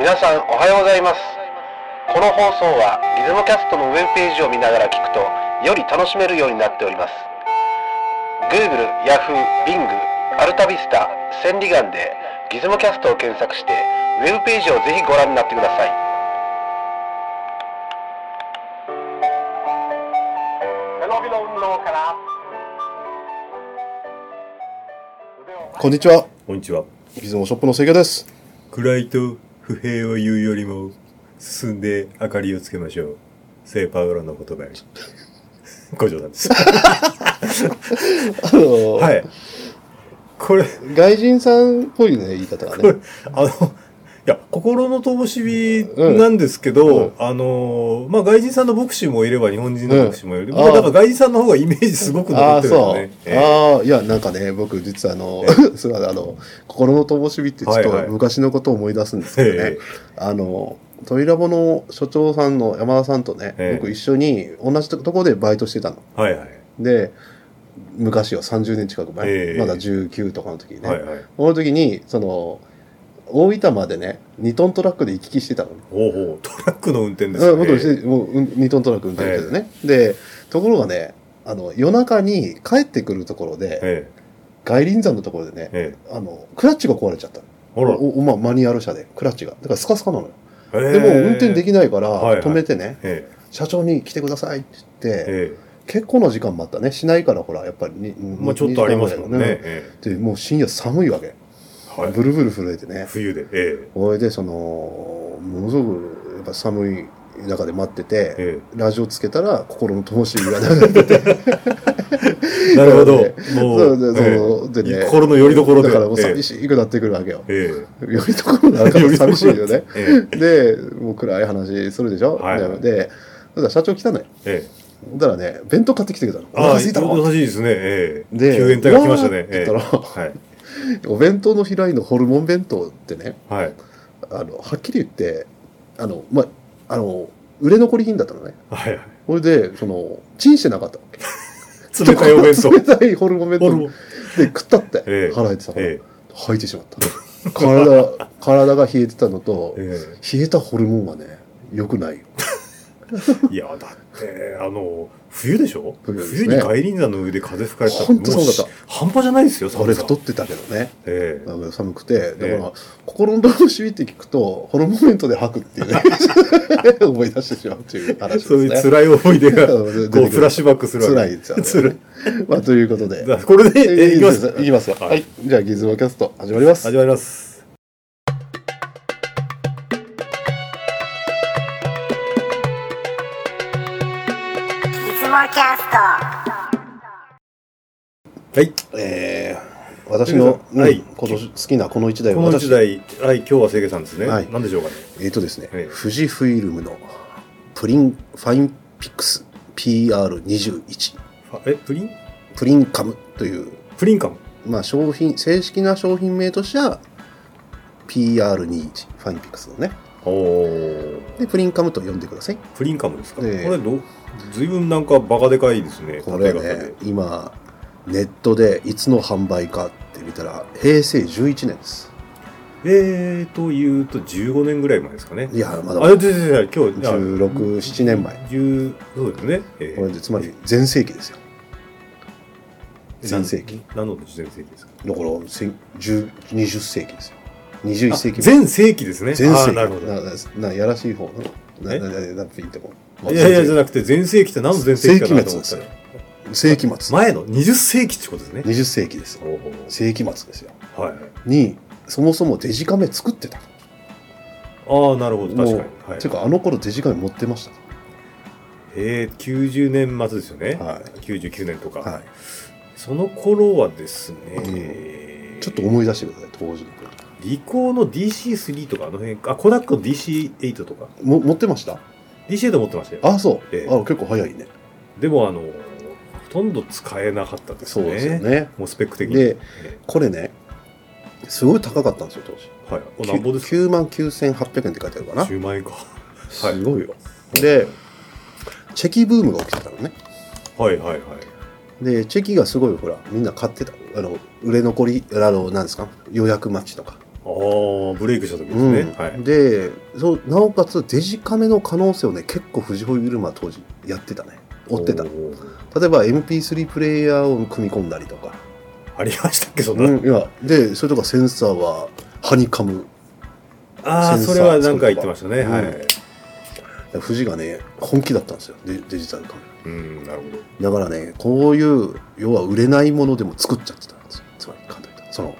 皆さんおはようございますこの放送はリズムキャストのウェブページを見ながら聞くとより楽しめるようになっております Google、Yahoo、Bing、アルタビスタ、センリガンでギズムキャストを検索してウェブページをぜひご覧になってくださいこんにちは。こんにちは。ギズモショップの関谷です。暗いと不平を言うよりも、進んで明かりをつけましょう。聖パウロの言葉より。ご冗談 です。あの、はい。これ、外人さんっぽいね、言い方がこれね。、あの、いや、心の灯火なんですけど、うんあの、まあ、外人さんの牧師もいれば、日本人の牧師もいる。うん僕はだから外人さんの方がイメージすごくああ、残ってるよそう。ね。ええああ、いや、なんかね、僕、実はあの、 すごいあの、心の灯火ってちょっはいはとい昔のことを思い出すんですけどね。ええあの、トイラボの所長さんの山田さんとね、ええ僕一緒に同じとこでバイトしてたの。はいはい。で、昔よ、30年近く前。ええまだ19とかの時にね。はいはい。この時に、その、大分までね、2トントラックで行き来してたのね。ほうほう。トラックの運転ですね。うん僕もしてもううん2トントラック運転してたね、でところがねあの夜中に帰ってくるところでええ外輪山のところでねええ。あのクラッチが壊れちゃったのほら。おおまあ、マニュアル車でクラッチがだからスカスカなのよ、ででも運転できないからはいはい止めてね、え社長に来てくださいって言ってえ、え結構な時間待ったねしないからほらやっぱりにえ。まあちょっとありますもんね。にえでもう深夜寒いわけ、えはいブルブル震えてね冬で。えそれでそのものすごくやっぱ寒い中で待ってて、え。えラジオつけたら心の灯火が流れて て え。なるほど。もそうそうう、えそうでえね心の拠り所で。だからもうえ寂しくなってくるわけよえ。えよりところなんかえ。。寂しいよねえでもう暗い話するでしょ、はいはいでそしたら社長来たのよえ。ええ。そしたらね弁当買ってきてくれたのおああ、腹優すしいたのいですね。ええ。で救援隊が来ましたね。うわーってええ。言ったらはい。お弁当の開いのホルモン弁当ってねはい。あのはっきり言ってあのまあの売れ残り品だったのね はい。それでそのチンしてなかったわけ冷たいお弁 当。冷たいホルモン弁ホ当ルでモン食ったってええ払えてたから、え吐いてしまった体体が冷えてたのとえ。え冷えたホルモンがね良くないよえ。いや、だって、あの、冬でしょ冬ですね冬に外輪山の上で風吹かれたらほんともそうだっ半端じゃないですよ、寒俺さ太ってたけどねええ。寒くてだから、ええ心の楽しみって聞くとホルモンメントで吐くっていうね 思い出してしまうという話そういでうすね辛い思い出が、こ うん出てう、くるフラッシュバックする辛わいけ。ですよね辛い。まあということ でだこれで、え、いきます。いきますよ、はいはい、じゃあギズモキャスト始まります始まります。はいつもキャストい。えー、私の、うんはい今年好きなこの一台こはの私時代、はい、今日は清家さんですね。ははいい。なんでしょうかね。えーとですね、はい富士フイルムのプリンファインピックス PR21 あえ、プリンプリンカムという、プリンカム。まあ、商品正式な商品名としては PR21 ファインピックスのねおお。でプリンカムと呼んでくださいプリンカムですか。ええこれど、ずいぶんなんかバカでかいですね。これ縦型ねで。今ネットでいつの販売かって見たら平成11年ですえーと、言うと15年ぐらい前ですかねい。やまあ、だ違う違う違う、今日、あ167年前。 10そうですね。ええこれでつまり全盛期ですよ全盛期。な何の全盛期ですかだからせん10 20世紀ですよ21世紀あ全盛期ですね。全あ盛ーなるほど。ななやらしい方のなえなななんて言ってもいやいや、じゃなくて、全盛期って何の全盛期かなと思った世紀末らで。世紀末前の20世紀ってことですね。 20世紀ですよおー世紀末ですよはい。にそもそもデジカメ作ってたああ、なるほど、確かもに。うはいて、いうかあの頃デジカメ持ってましえー、90年末ですよねた、は99年とか、い、はその頃はですね、い、ちょっと思い出してください当時のことリコーの DC3 とかあの辺あコダックの DC8 とかも持ってました DC8 持ってましたよあそう、ええあ結構早いねでもあのほとんど使えなかったですそねうですよねもうスペック的に、でえこれねすごい高かったんですよ当時はいおなんぼですか9万9800円って書いてあるかな10万円かはいすごいよ、でチェキブームが起きてたのねはいはいはいでチェキがすごいほらみんな買ってたあの売れ残りあのなんですか予約待ちとかああ、ブレイクした時ですうね。んはい。でそうなおかつデジカメの可能性をね結構藤子緩馬当時やってたね追ってたお例ーえば MP3 プレイヤーを組み込んだりとか、ありましたっけ、そんな。うん、いやでそれとかセンサーはハニカムああ、センサそーれはなんか言ってましたね。うんはい。藤がね本気だったんですよデデジタルカメうん、なるほど。だからねこういう要は売れないものでも作っちゃってたんですよつまり簡単に言うとその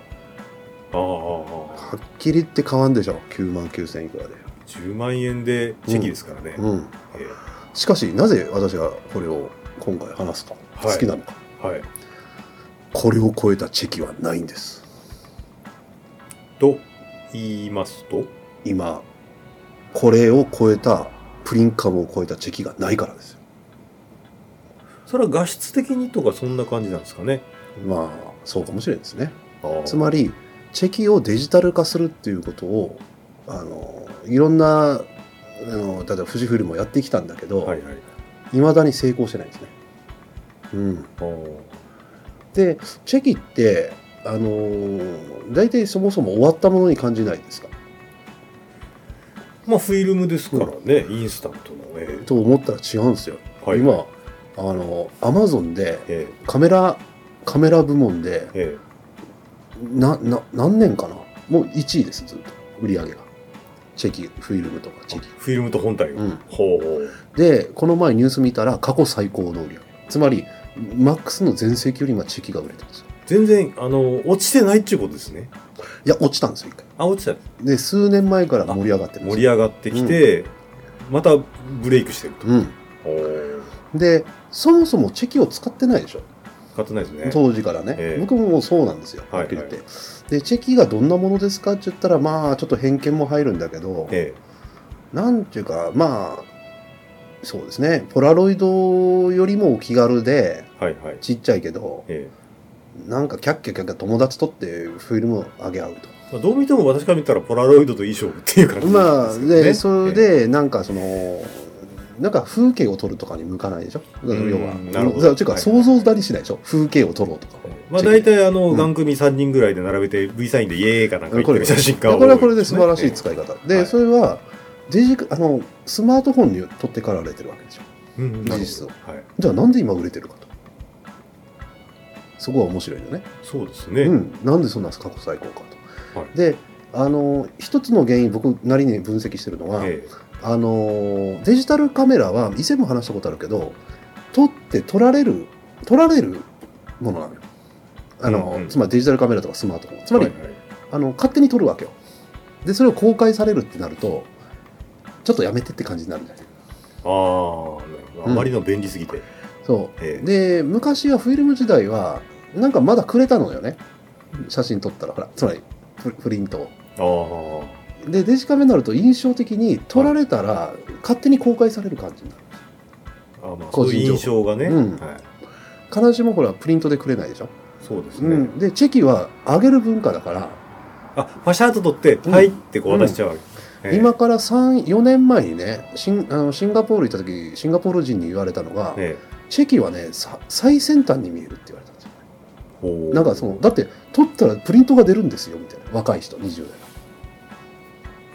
ああああああはっきり言って変わんでしょ9万9000いくらで10万円でチェキですからね、うんえしかしなぜ私がこれを今回話すか、はい好きなのかえはいこれを超えたチェキはないんですと言いますと今これを超えたプリンカムを超えたチェキがないからですよそれは画質的にとかそんな感じなんですかねまあそうかもしれないですねつりまりチェキをデジタル化するっていうことをあのいろんなあの例えば富士フイルムもやってきたんだけど、はいはいいまだに成功してないんですね。うん、あーでチェキって、あのー大体そもそも終わったものに感じないですかまあフィルムですからね、インスタントのね、と思ったら違うんですよ。はい、今あのアマゾンでええカメラカメラ部門でえなな何年かなもう1位ですずっと売り上げがチェキフィルムとかえチェキ。フィルムと本体が、うん、ほうほうでこの前ニュース見たら過去最高の売り上げつまりマックスの全盛期より今チェキが売れてるんですよ全然あの落ちてないっていうことですねいや落ちたんですよ一回あ落ちたで数年前から盛り上がってるんです盛より上がってきて、またブレイクしてると、うん、おーでそもそもチェキを使ってないでしょ、買ってないですね当時からね、ええ僕ももうそうなんですよ、はいはっきり言って、でチェキがどんなものですかって言ったらまあちょっと偏見も入るんだけど、えなんていうかまあそうですねポラロイドよりもお気軽でえはいはいちっちゃいけどええなんかキャッキャキャッキャ友達とってフィルムをあげ合うと、まあ、どう見ても私から見たらポラロイドと衣装っていう感じまあで、ですけそどねれでなんかそのなんか風景を撮るとかに向かないでしょ要んはなるほどうんていうか想像だりしないでしょ風景を撮ろうとかええまあ、大体あの、番組3人ぐらいで並べて V サインでイエーイかなんか言ってる写真家これはこれで素晴らしい使い方、で、はいそれはデジあのスマートフォンに取ってから売れてるわけでしょうん事実なるほどはい、じゃあなんで今売れてるかとそこは面白いよね、そうですね、うん、なんでそんな過去最高かと、はいであの一つの原因僕なりに分析してるのは、ええあのデジタルカメラは以前も話したことあるけど撮って撮られる撮られるものなのよあの、うんうんつまりデジタルカメラとかスマートフォンつまり、はいはいあの勝手に撮るわけよでそれを公開されるってなるとちょっとやめてって感じになるんじゃないあーなるほどあまりの便利すぎて、そえうえで昔はフィルム時代はなんかまだくれたのよね写真撮ったらほらつまりププリントをあでデジカメになると印象的に撮られたら勝手に公開される感じになるーあーまあ個そう人いう情報印象がね、うんはい、必ずしもほらプリントでくれないでしょ、そうですうね、ん、でチェキは上げる文化だから、あパシャッと撮って、うんはいってこう渡しちゃうわけ、ええ今から34年前にねシンあのシンガポール行った時シンガポール人に言われたのが、えチェキはねさ最先端に見えるって言われたんですよえほうなんかそのだって撮ったらプリントが出るんですよみたいな若い人20代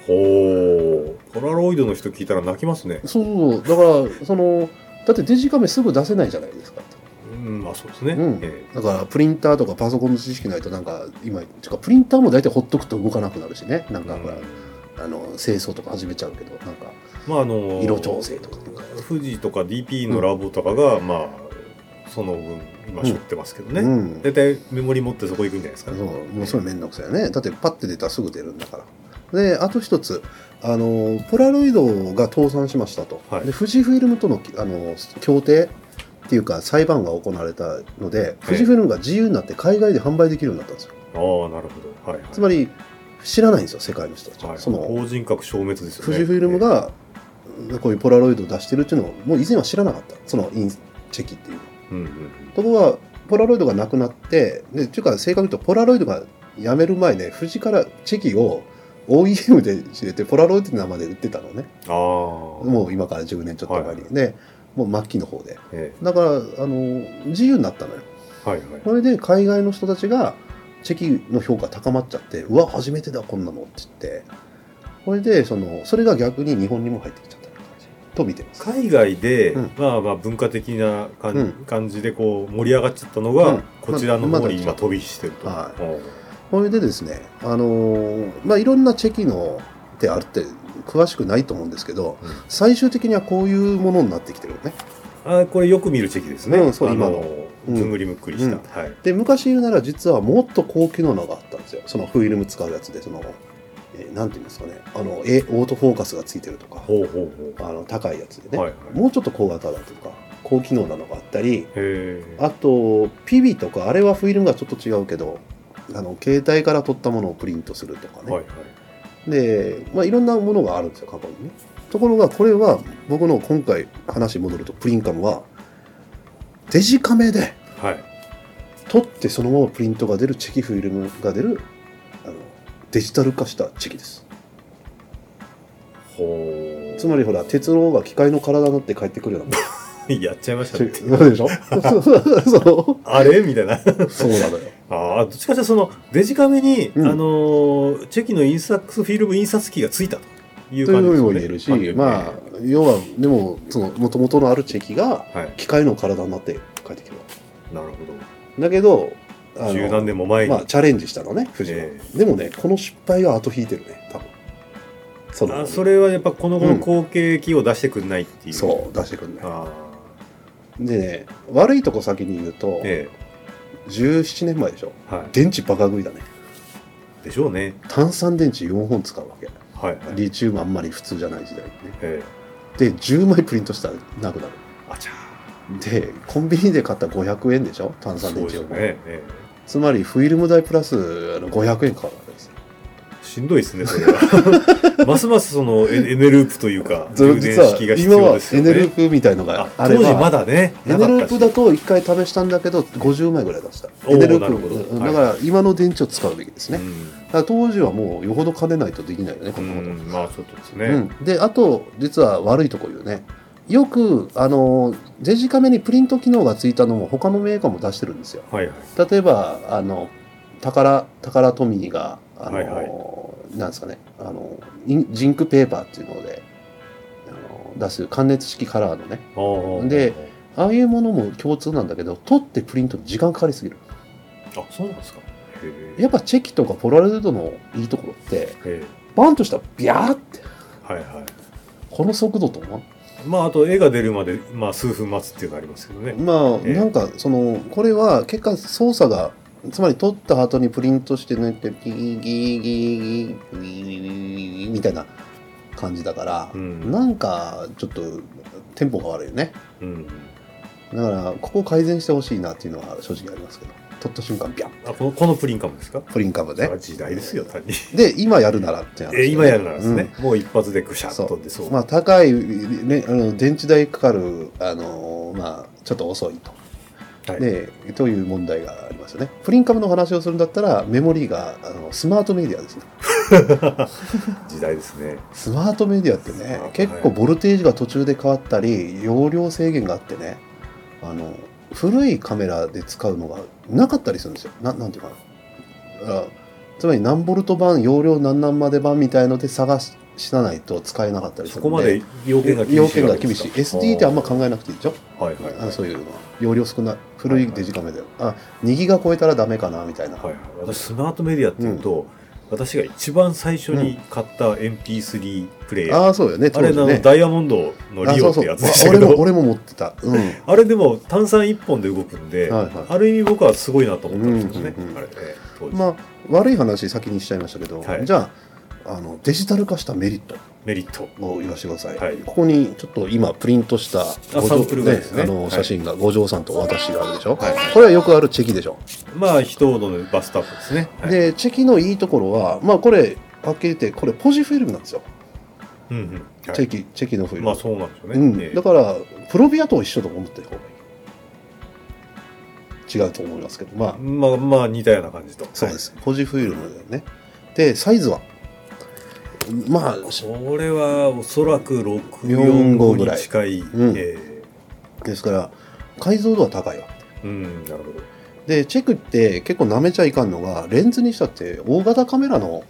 ほうポラロイドの人聞いたら泣きますねそうそうだからそのだってデジカメすぐ出せないじゃないですかうんまあそうですね、うんえだからプリンターとかパソコンの知識ないとなんか今てかプリンターも大体ほっとくと動かなくなるしねなんえかほら、うんあの清掃とか始めちゃうけどなんかまああの色調整とか富士とか DP のラボとかが、まあその分今しょってますけどね、うん大体メモリ持ってそこ行くんじゃないですそかうねもうそれめんどくさいよねだってパッて出たらすぐ出るんだからであと一つあのポラロイドが倒産しましたと、はいで富士フイルムとのあの協定っていうか裁判が行われたので富士フイルムが自由になって海外で販売できるようになったんですよああなるほどはい、はい、つまり知らないんですよ世界の人たちは、はい、その法人格消滅ですよね富士フイルムがこういうポラロイドを出してるっていうのをもう以前は知らなかったそのインチェキっていううんうんところがポラロイドがなくなってでというか正確に言うとポラロイドが辞める前ね富士からチェキを OEM で知れてポラロイドって名前で売ってたのねああももう今から10年ちょっと前に、はでもう末期の方でえだからあの自由になったのよえはいはいそれで海外の人たちがチェキの評価高まっちゃって、うわ、初めてだ、こんなのって言って、それで、その、それが逆に日本にも入ってきちゃったような感じと見てます。海外で、うんまあまあ文化的な感,、うん感じでこう盛り上がっちゃったのが、うんこちらのま方だに今飛び火してると、はうんそれでですね、あのーまあ、いろんなチェキのってあるって、詳しくないと思うんですけど、うん最終的にはこういうものになってきてるよね。あこれよく見るチェキですね、うんそうあ今ののうんずんぐりむっくりしうた、んはいで、昔言うなら実はもっと高機能なのがあったんですよ。そのフィルム使うやつで、その、えーなんて言うんですかね、あの、えオートフォーカスがついてるとか、ほうほうほうあの、高いやつでね、はいはいもうちょっと高型だとか、高機能なのがあったり、へえあと、ピビとか、あれはフィルムがちょっと違うけど、あの、携帯から撮ったものをプリントするとかね。はいはいで、まあ、いろんなものがあるんですよ、過去にね。ところが、これは、僕の今回話に戻ると、プリンカムは、デジカメで、はい撮ってそのままプリントが出るチェキフィルムが出る、あの、デジタル化したチェキです。ほうつまりほら、鉄の方が機械の体になって帰ってくるようなもんやっちゃいましたそうねでしょ そうあれみたいなそうなの よ。ああどっちかというとそのデジカメに、うんあのーチェキの印刷フィルム印刷機がついたというという感じよでうにすもよ言えるし、ね感じですねまあ、要は、でも、その、元々のあるチェキが、はい機械の体になって帰ってくるわなるほけ。だけど、あどの十何年も前に、まあ、チャレンジしたのね、藤野、えでもね、この失敗が後引いてるね、多分。そのあそれはやっぱこの後うのん後継機を出してくんないっていう、そう、出してくんね。ああでね、悪いとこ先に言うと、え17年前でしょ。えは電池バカ食いだね。いでしょうね炭酸電池4本使うわけ。はいはいリチウムあんまり普通じゃない時代にね。ええで、10枚プリントしたらなくなる。あちゃで、コンビニで買った500円でしょ炭そ酸電うで池すよ4ね本、えつまりフィルム代プラスあの500円かかるわけですよ。えしんどいですねそれ はますますそのエエネループというか充電実は式が必今要はですエよネねループみたいのがああ当れば時まだねエネなルかーったしプだと1回試したんだけど50枚ぐらい出したおーエネルなるほどープうんだから今の電池を使うべきですね、うんだから当時はもうよほど兼ねないとできないよねこうんなこと、んまあちょっとですね、うん、であと実は悪いとこ言うねよくあのデジカメにプリント機能がついたのも他のメーカーも出してるんですよはいはい例えばあの宝宝トミーがあの、はいはなんですかねあのインジンクペーパーっていうのであの出す感熱式カラーのねあーでああいうものも共通なんだけど撮ってプリントに時間かかりすぎるあそうなんですかへえやっぱチェキとかポラロイドのいいところってえバンとしたらビャーってえはいはいこの速度と思わんまああと絵が出るまで、まあ、数分待つっていうのがありますけどね、まあ、ええなんかそのこれは結果操作がつまり撮った後にプリントしてねってギーギーギーギーギーギーギーギーみたいな感じだから、うんなんかちょっとテンポが悪いよねうん、だからここ改善してほしいなっていうのは正直ありますけど撮った瞬間ビャンあこのこのプリンカムですかプリンカムであ時代です よ単にで今やるならって話、え今やるならですうんね、もう一発でぐしゃっとでそうまあ、高い、ね、あの電池代かかる、あのまあ、ちょっと遅いと、はいでという問題がありますよね。プリンカムの話をするんだったら、メモリーがあのスマートメディアですね。時代ですねスマートメディアってねはい、結構ボルテージが途中で変わったり、容量制限があってね、あの古いカメラで使うのがなかったりするんですよ。ななんていうかな。あつまり何ボルト版、容量何何まで版みたいので探ししないと使えなかったりすそるんこまで要件が厳しい要件が厳しい。わけです SD ってあんま考えなくていいでしょ、かはいはいはいあのそうういうのは。容量少ない。古いデジカメで。あ、2ギガ超えたらダメかなみたいな。はいはい私スマートメディアっていうと、私が一番最初に買った MP3 プレイヤー、ああ、そうよね。あれあ当の、時ねダイヤモンドのあリそオうってそうやつわでしたけ俺もど俺も持ってた。うん。あれでも炭酸1本で動くんで、はいはいある意味僕はすごいなと思ったんですけどね、うんうんうんあれね当時、まあ、悪い話先にしちゃいましたけど、はいじゃああのデジタル化したメリットメリットを言わせてください、はいここにちょっと今プリントしたごサンプルがですねあのはい写真が五条さんと私があるでしょ、はいこれはよくあるチェキでしょ、まあ人のバストアップですね、はいでチェキのいいところはまあこれはっきり言ってこれポジフィルムなんですよ、うんうんはいチェキチェキのフィルム、まあそうなんですよね、うんええだからプロビアと一緒と思ってる方がいい違うと思いますけどまあまあまあ似たような感じとそうです、ポジフィルムだよねでサイズはまあこれはおそらく45 645ぐらにい近い、うんえですから解像度は高いわーうんなるほどででチェックって結構なめちゃいかんのがレンズにしたって大型カメラの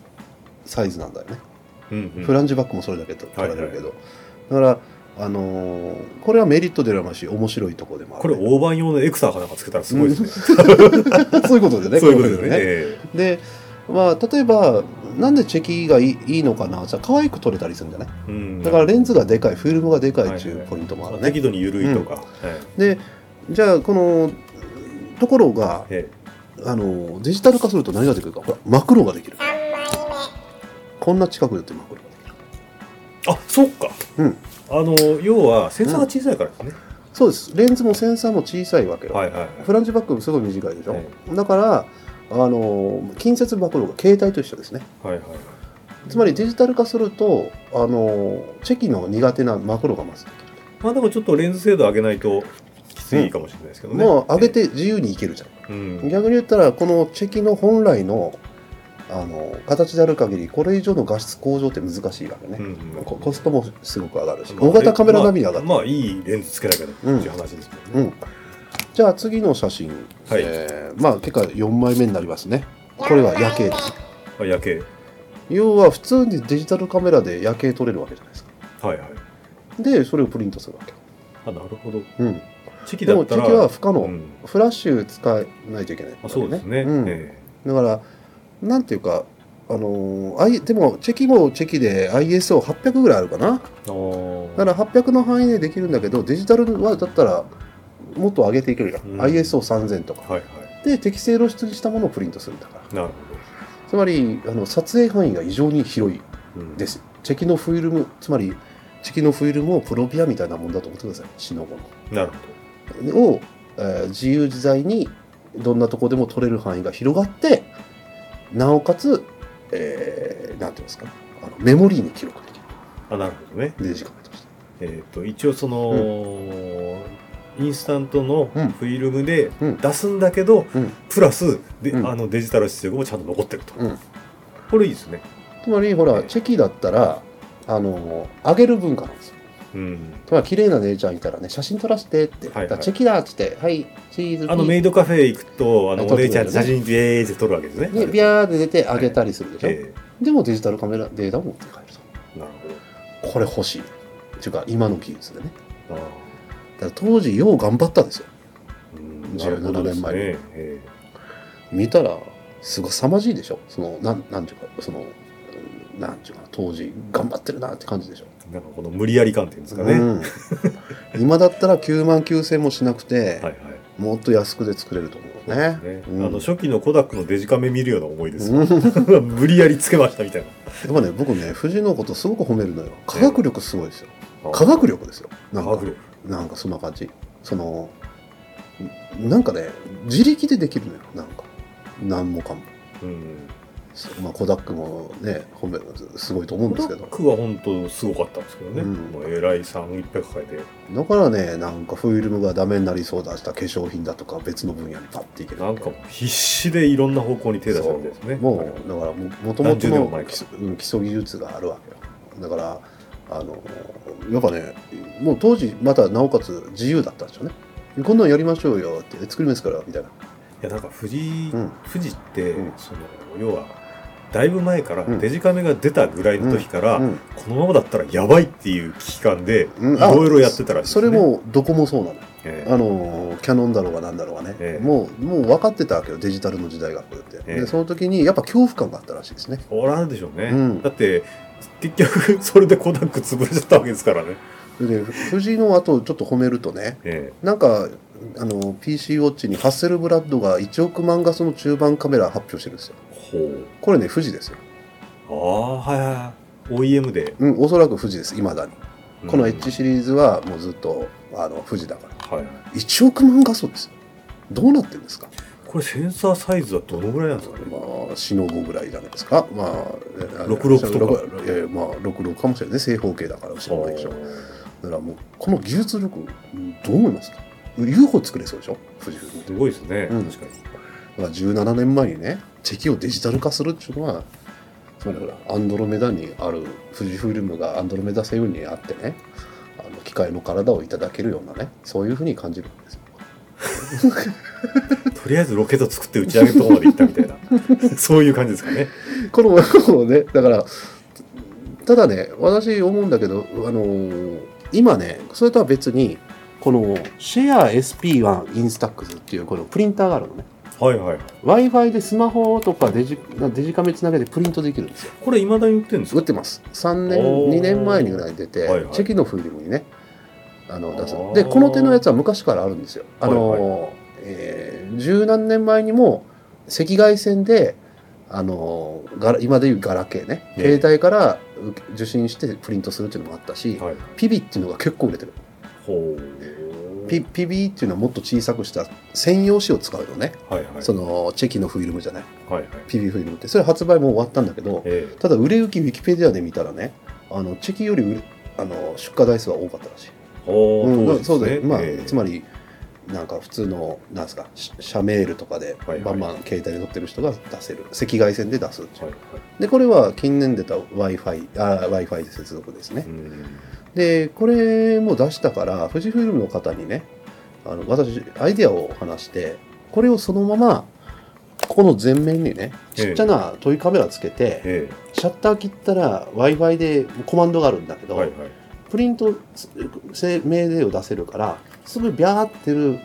サイズなんだよね、うんうんフランジバックもそれだけとは取らいはいれるけど、だから、あのーこれはメリットであるまし面白いところでもあこれる、大判用のエクサーかなんかつけたらすごいですね。れ そういうことでねそういうことですこね。れえでねでまあ例えばなんでチェキがいいいいのかなじゃあ可愛く撮れたりするんじゃないえうんだからレンズがでかいフィルムがでかいっていはいうはいポイントもあるね、適度に緩いとか。はいでじゃあこのところがえあのデジタル化すると何ができるかほらマクロができる3枚目こんな近くでってマクロができるえあそっか。うんあの要はセンサーが小さいからですね。そうですレンズもセンサーも小さいわけよ、はいはいはい。フランジバックもすごい短いでしょ、えだからあの近接マクロが携帯と一緒ですねはいはいはい。つまりデジタル化するとあのチェキの苦手なマクロがまずできるまあでもちょっとレンズ精度上げないときついかもしれないですけどね。もう上げて自由にいけるじゃんうん。逆に言ったらこのチェキの本来のあの形である限りこれ以上の画質向上って難しいわけね、うんココストもすごく上がるし、まあ大型カメラ並みに上がる、まあまあいいレンズつけなきゃねっていう話ですもんうね。ん、じゃあ次の写真、はいえーまあ結果4枚目になりますねこれは夜景ですまあ夜景。要は普通にデジタルカメラで夜景撮れるわけじゃないですかはいはい。でそれをプリントするわけ、あなるほど。うん、チキでだもったら。敵は不可能、うんフラッシュ使えないといけない、あそうですね。うんえだからなんていうかあのー、I- でもチェキもチェキで ISO800 ぐらいあるかなえあーだから800の範囲でできるんだけどデジタルはだったらもっと上げていけるじゃん、うん ISO3000 とかはいはで適正露出にしたものをプリントするんだからい。なるつまりあの撮影範囲が異常に広いほど。うんですチェキのフィルムつまりチェキのフィルムをプロビアみたいなもんだと思ってくださいシノゴなるほのを、えー自由自在にどんなとこでも撮れる範囲が広がってなおかつ、えーなんていうんですかあのメモリーに記録できるど。あなるほどね。デジカメとしてえっ、と一応その、インスタントのフうんィルムでうん出すんだけど、うんプラスで、うんあのデジタル出力もちゃんと残ってると。うんこれいいですね。つまりほえらえチェキだったらあの上げる文化なんですようん。つまり綺麗な姉ちゃんいたらね写真撮らせてって、はいはいだからチェキだっつってはいチーズピーあのメイドカフェ行くとあのあお姉ちゃんと撮っ写て真ビエーって撮るわけですね。で、ビャーで出て上げたりするでしょ、えでもデジタルカメラデータを持って帰るーなると。これ欲しい。っていうか、今の技術でね。ほど。あだから当時、よう頑張ったんですよ。ーうん17なるほどです年ね前にえ見たら、すごい凄まじいでしょその、なん、なんていうか、その、うんなんていうかな、当時、頑張ってるなって感じでしょ。ーなんかこの無理やり感っていうんですかね。はいうん、今だったら9万9000もしなくて、はい。もっと安くで作れると思うね。ねうんあの初期のコダックのデジカメ見るような思いですよ。無理やりつけましたみたいな。でもね、僕ね、藤井のことすごく褒めるのよ。科学力すごいですよ。科科学力ですよ。なんか学力。なんかそんな感じ。その、んなんかね、自力でできるのよ、なんか。なんもかも。うん。そまあ、コダックもね、褒め、すごいと思うんですけど。僕は本当すごかったんですけどね、うんもう偉いさんいっぱい抱えてだからね、なんかフィルムがダメになりそうだした化粧品だとか別の分野にパッていける。なんかもう必死でいろんな方向に手出したみたいですねもう、あだれかはらも、もともと何十年もの前か基礎うん基礎技術があるわけよ。だから、あの、やっぱね、もう当時、またなおかつ自由だったんでしょうね。こんなんやりましょうよって、作りますから、みたいな。いやなんか富士、うん富士って、うんその要はだいぶ前からうんデジカメが出たぐらいの時から、うんこのままだったらやばいっていう危機感でいうんあろいろやってたらしいですそね、れもどこもそうなのよええあのキャノンだろうがなんだろうがね、ええもうもう分かってたわけよデジタルの時代が来るって、ええでその時にやっぱ恐怖感があったらしいですねおらんでしょうね、うんだって結局 それでコダック潰れちゃったわけですからね、で藤井の後をちょっと褒めるとねえなんかあの PC ウォッチにハッセルブラッドが1億万画素の中盤カメラ発表してるんですよえほこれね富士ですよ、うああーはいはい OEM で、うん、おそらく富士ですいまだにこのうん H シリーズはもうずっとあの富士だからはいはい1億万画素ですよどうなってるんですかこれセンサーサイズはどのぐらいなんですかねまあ、しのぐぐらいじゃないですか。まあ、えあ66とか66いやいや、まあ、66かもしれないね。正方形だから、後ろのでしょ。だからもう、この技術力、どう思いますか ?UFO 作れそうでしょ富士フイルムってすごいですね、うん確かにだから17年前にね、チェキをデジタル化するっていうのは、つまりほら、アンドロメダにある、富士フイルムがアンドロメダ星雲にあってね、あの機械の体をいただけるようなね、そういうふうに感じるんですよ。とりあえずロケット作って打ち上げるとこまで行ったみたいな そういう感じですかねこのもね、だから、ただね、私思うんだけど、あのー今ね、それとは別に、このシェア SP1 インスタックスっていうこのプリンターがあるのね。はいはい Wi-Fi でスマホとかデジデジカメつなげてプリントできるんですよ。これいまだに売ってるんです作っかてます。3年、おー2年前にぐらいに出て、はいはいチェキのフィルムにね、あの出すあーで、この手のやつは昔からあるんですよ。あのーはえー十何年前にも赤外線で、あのーガラ今でいうガラケーね、ええ携帯から受受信してプリントするっていうのもあったし、はいピビっていうのが結構売れてる。ほうピピビっていうのはもっと小さくした専用紙を使うのね、はいはいそのチェキのフィルムじゃない。はいはいピビフィルムってそれ発売も終わったんだけどええただ売れ行きウィキペディアで見たらねあのチェキより売れあの出荷台数は多かったらしい、ほううん、そうだよまあ、つまりりなんか普通のなんですかシシャメールとかでいはいバンバン携帯で撮ってる人が出せる、赤外線で出すはいはでこれは近年出た w i f i w i f i で接続ですねいうんでこれも出したから富士フイルムの方にねあの私アイデアを話してこれをそのままこの前面にねちっちゃなトイカメラつけて、えシャッター切ったら w i f i でコマンドがあるんだけえど、はいはいプリントせ命令を出せるからすぐビャーってる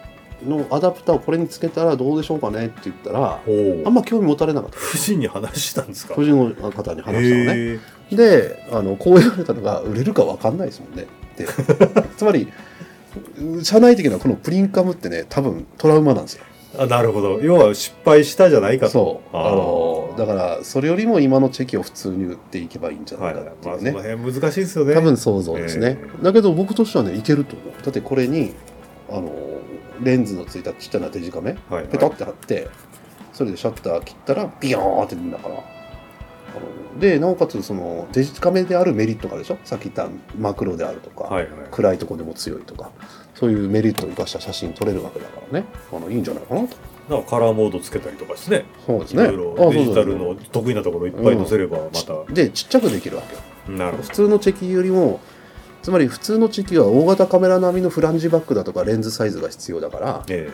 のアダプターをこれにつけたらどうでしょうかねって言ったらほうあんま興味持たれなかった富士に話したんですか個人の方に話したのね。へえであのこう言われたのが売れるか分かんないですもんねって つまり社内的なこのプリンカムってね多分トラウマなんですよあなるほど要は失敗したじゃないかとそうああーのだからそれよりも今のチェキを普通に売っていけばいいんじゃなはいいかはっいていまうあそね、の辺難しいですよね多分想像ですね、ええだけど僕としてはねいけると思うだってこれにあのレンズのついたちっちゃなデジカメはいはいペタって貼ってそれでシャッター切ったらビヨーンって出るんだからあのでなおかつそのデジカメであるメリットがあるでしょさっき言ったマクロであるとか、はいはい暗いとこでも強いとかそういうメリットを生かした写真撮れるわけだからねあのいいんじゃないかなとなんかカラーモードつけたりとかしてねそうですいねろいろデジタルの得意なところいっぱい載せればまあそうそうそたうでちっちゃくできるわけよなるほ普通のチェキよりもつまり普通のチェキは大型カメラ並みのフランジバックだとかレンズサイズが必要だからえ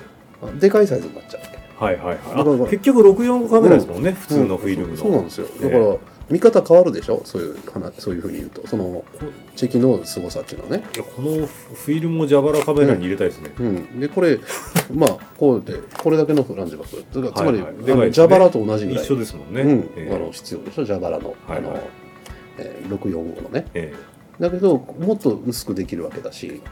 でかいサイズになっちゃうわけえはいはいだからはいあ結局64カメラですもんね普通のフィルムのそうなんですよえだえから見方変わるでしょそういう話そういうふうに言うとそのチェキの凄さっていうのはねいやこのフィルムを蛇腹カメラに入れたいですね、うん、でこれ まあこうでこれだけのフランジバックだからつまり、はいはいあのでかいですね蛇腹と同じぐらい一緒ですもんね、うんえあの必要でしょ蛇腹の,、はいはいあのえー645のねええだけどもっと薄くできるわけだし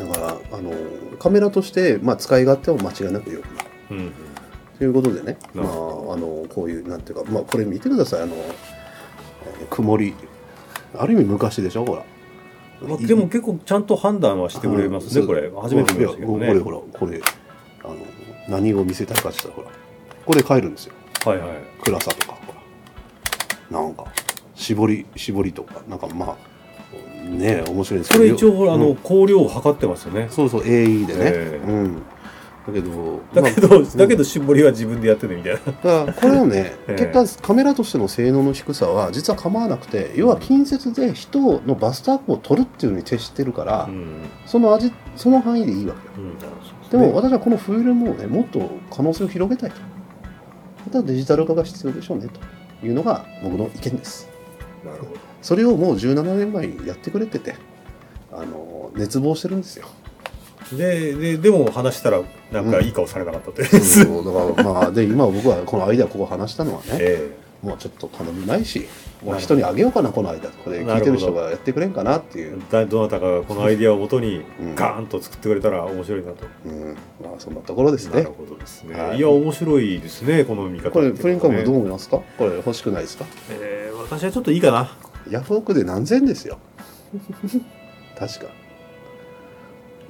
だからあのカメラとして、まあ、使い勝手は間違いなく良くなるえうんうんということでね、なまあ、あるのこういうなんていうか、まあ、これ見てくださいあの、えー曇りある意味昔でしょほら、まあ、でも結構ちゃんと判断はしてくれますうねんこれ初めて見ましたけどねいやこれほらこれあの何を見せたいかって言ったらほらこれ変えるんですよはいはい暗さとかほらなんか絞り絞りとかなんかまあねえ面白いんですけどこれ一応ほらあうんの光量を測ってますよね、そうそう AE でね、ええうんだけどだけど、まあだけど絞りは自分でやってねみたいなだからこれをね、 ええ結果カメラとしての性能の低さは実は構わなくて要は近接で人のバストアップを取るっていうのに徹してるから、うんその味その範囲でいいわけようんでも私はこのフィルムをね、もっと可能性を広げたいと。またデジタル化が必要でしょうねというのが僕の意見です。なるほどそれをもう17年前にやってくれてて、あの、熱望してるんですよ。でででも話したらなんかいい顔されなかったという、そうだからまあ、で、今僕はこのアイデアここ話したのはね、えもうちょっと頼みないし、もう人にあげようかな、このアイデア。これ聞いてる人がやってくれんかなっていえう。だどなたかがこのアイデアをもとにうんガーンと作ってくれたら面白いなと、うん。まあ、そんなところですなるね。ほどですね、はいい、や面白いですねこの見方これ、プリンカムどうう、思いますかこれ欲しくないですかえー私はちょっといいかなヤフオクで何千 ですよ。確か。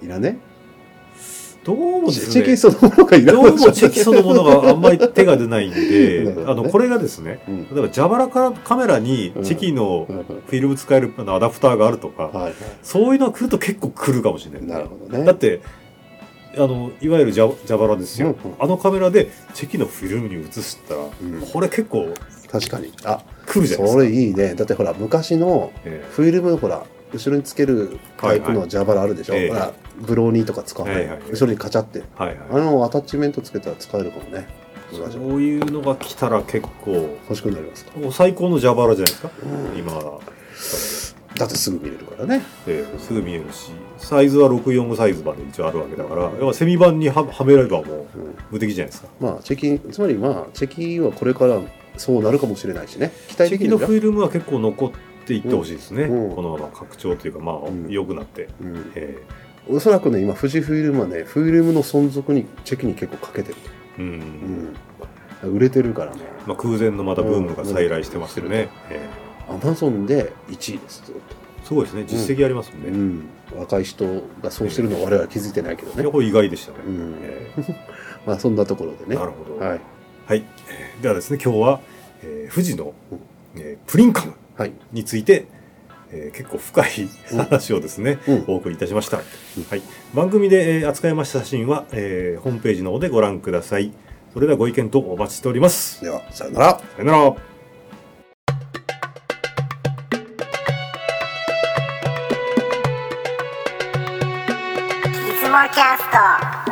いらねどうもでチすェねキそのものがいらどないうもチェキそのものがあんまり手が出ない んなでるほ、どねあの、これがですね、うん例えば蛇腹からカメラにチェキのうんフィルム使えるあのアダプターがあるとか、はいはそういうのが来ると結構来るかもしれない。い。なるほどね。だって、あの、いわゆる蛇蛇腹ですようんうん。あのカメラでチェキのフィルムに映したらん、これ結構確かに。あ、来るじゃないそでれすか。いいね。だってほら、昔のえフィルム、ほら、後ろにつけるタイプのはいはいジャバラあるでしょ、ええほらブローニーとか使わない、はいはい後ろにカチャってはいあはい。のアタッチメントつけたら使えるかもね欲そういうのが来たら結構、しくなりますかもう最高の蛇腹じゃないですか、ん今は。だってすぐ見れるからねええすぐ見えるし、サイズは645サイズまで一応あるわけだから、要はセミ版にははめればもうんう無敵じゃないですか。まあチェキつまりまあチェキはこれからそうなるかもしれないしね期待チできェキるのんだフィルムは結構残っていってほしいですね、うんうんこのまま拡張というか、まあ、ん良くなって。うんえおそらくね今富士フィルムはねフィルムの存続にチェキに結構かけてる、えうんうん、売れてるからねまあ、空前のまたブームが再来してますよね、えアマゾンで1位ですずっとえすごいですね、実績ありますもんね。うん、若い人がそうしてるのは我々気づいてないけどいやね、これ意外でしたね。うんええまあ、そんなところでねなるほど。はい、はい、えーではですね今日は、えー富士の、えープリンカムはい、について、えー結構深いうん話をですね、うんお送りいたしました、はい、番組で、えー扱いました写真は、えーホームページの方でご覧くださいそれではご意見とお待ちしておりますではさよならさよなら出雲キャスト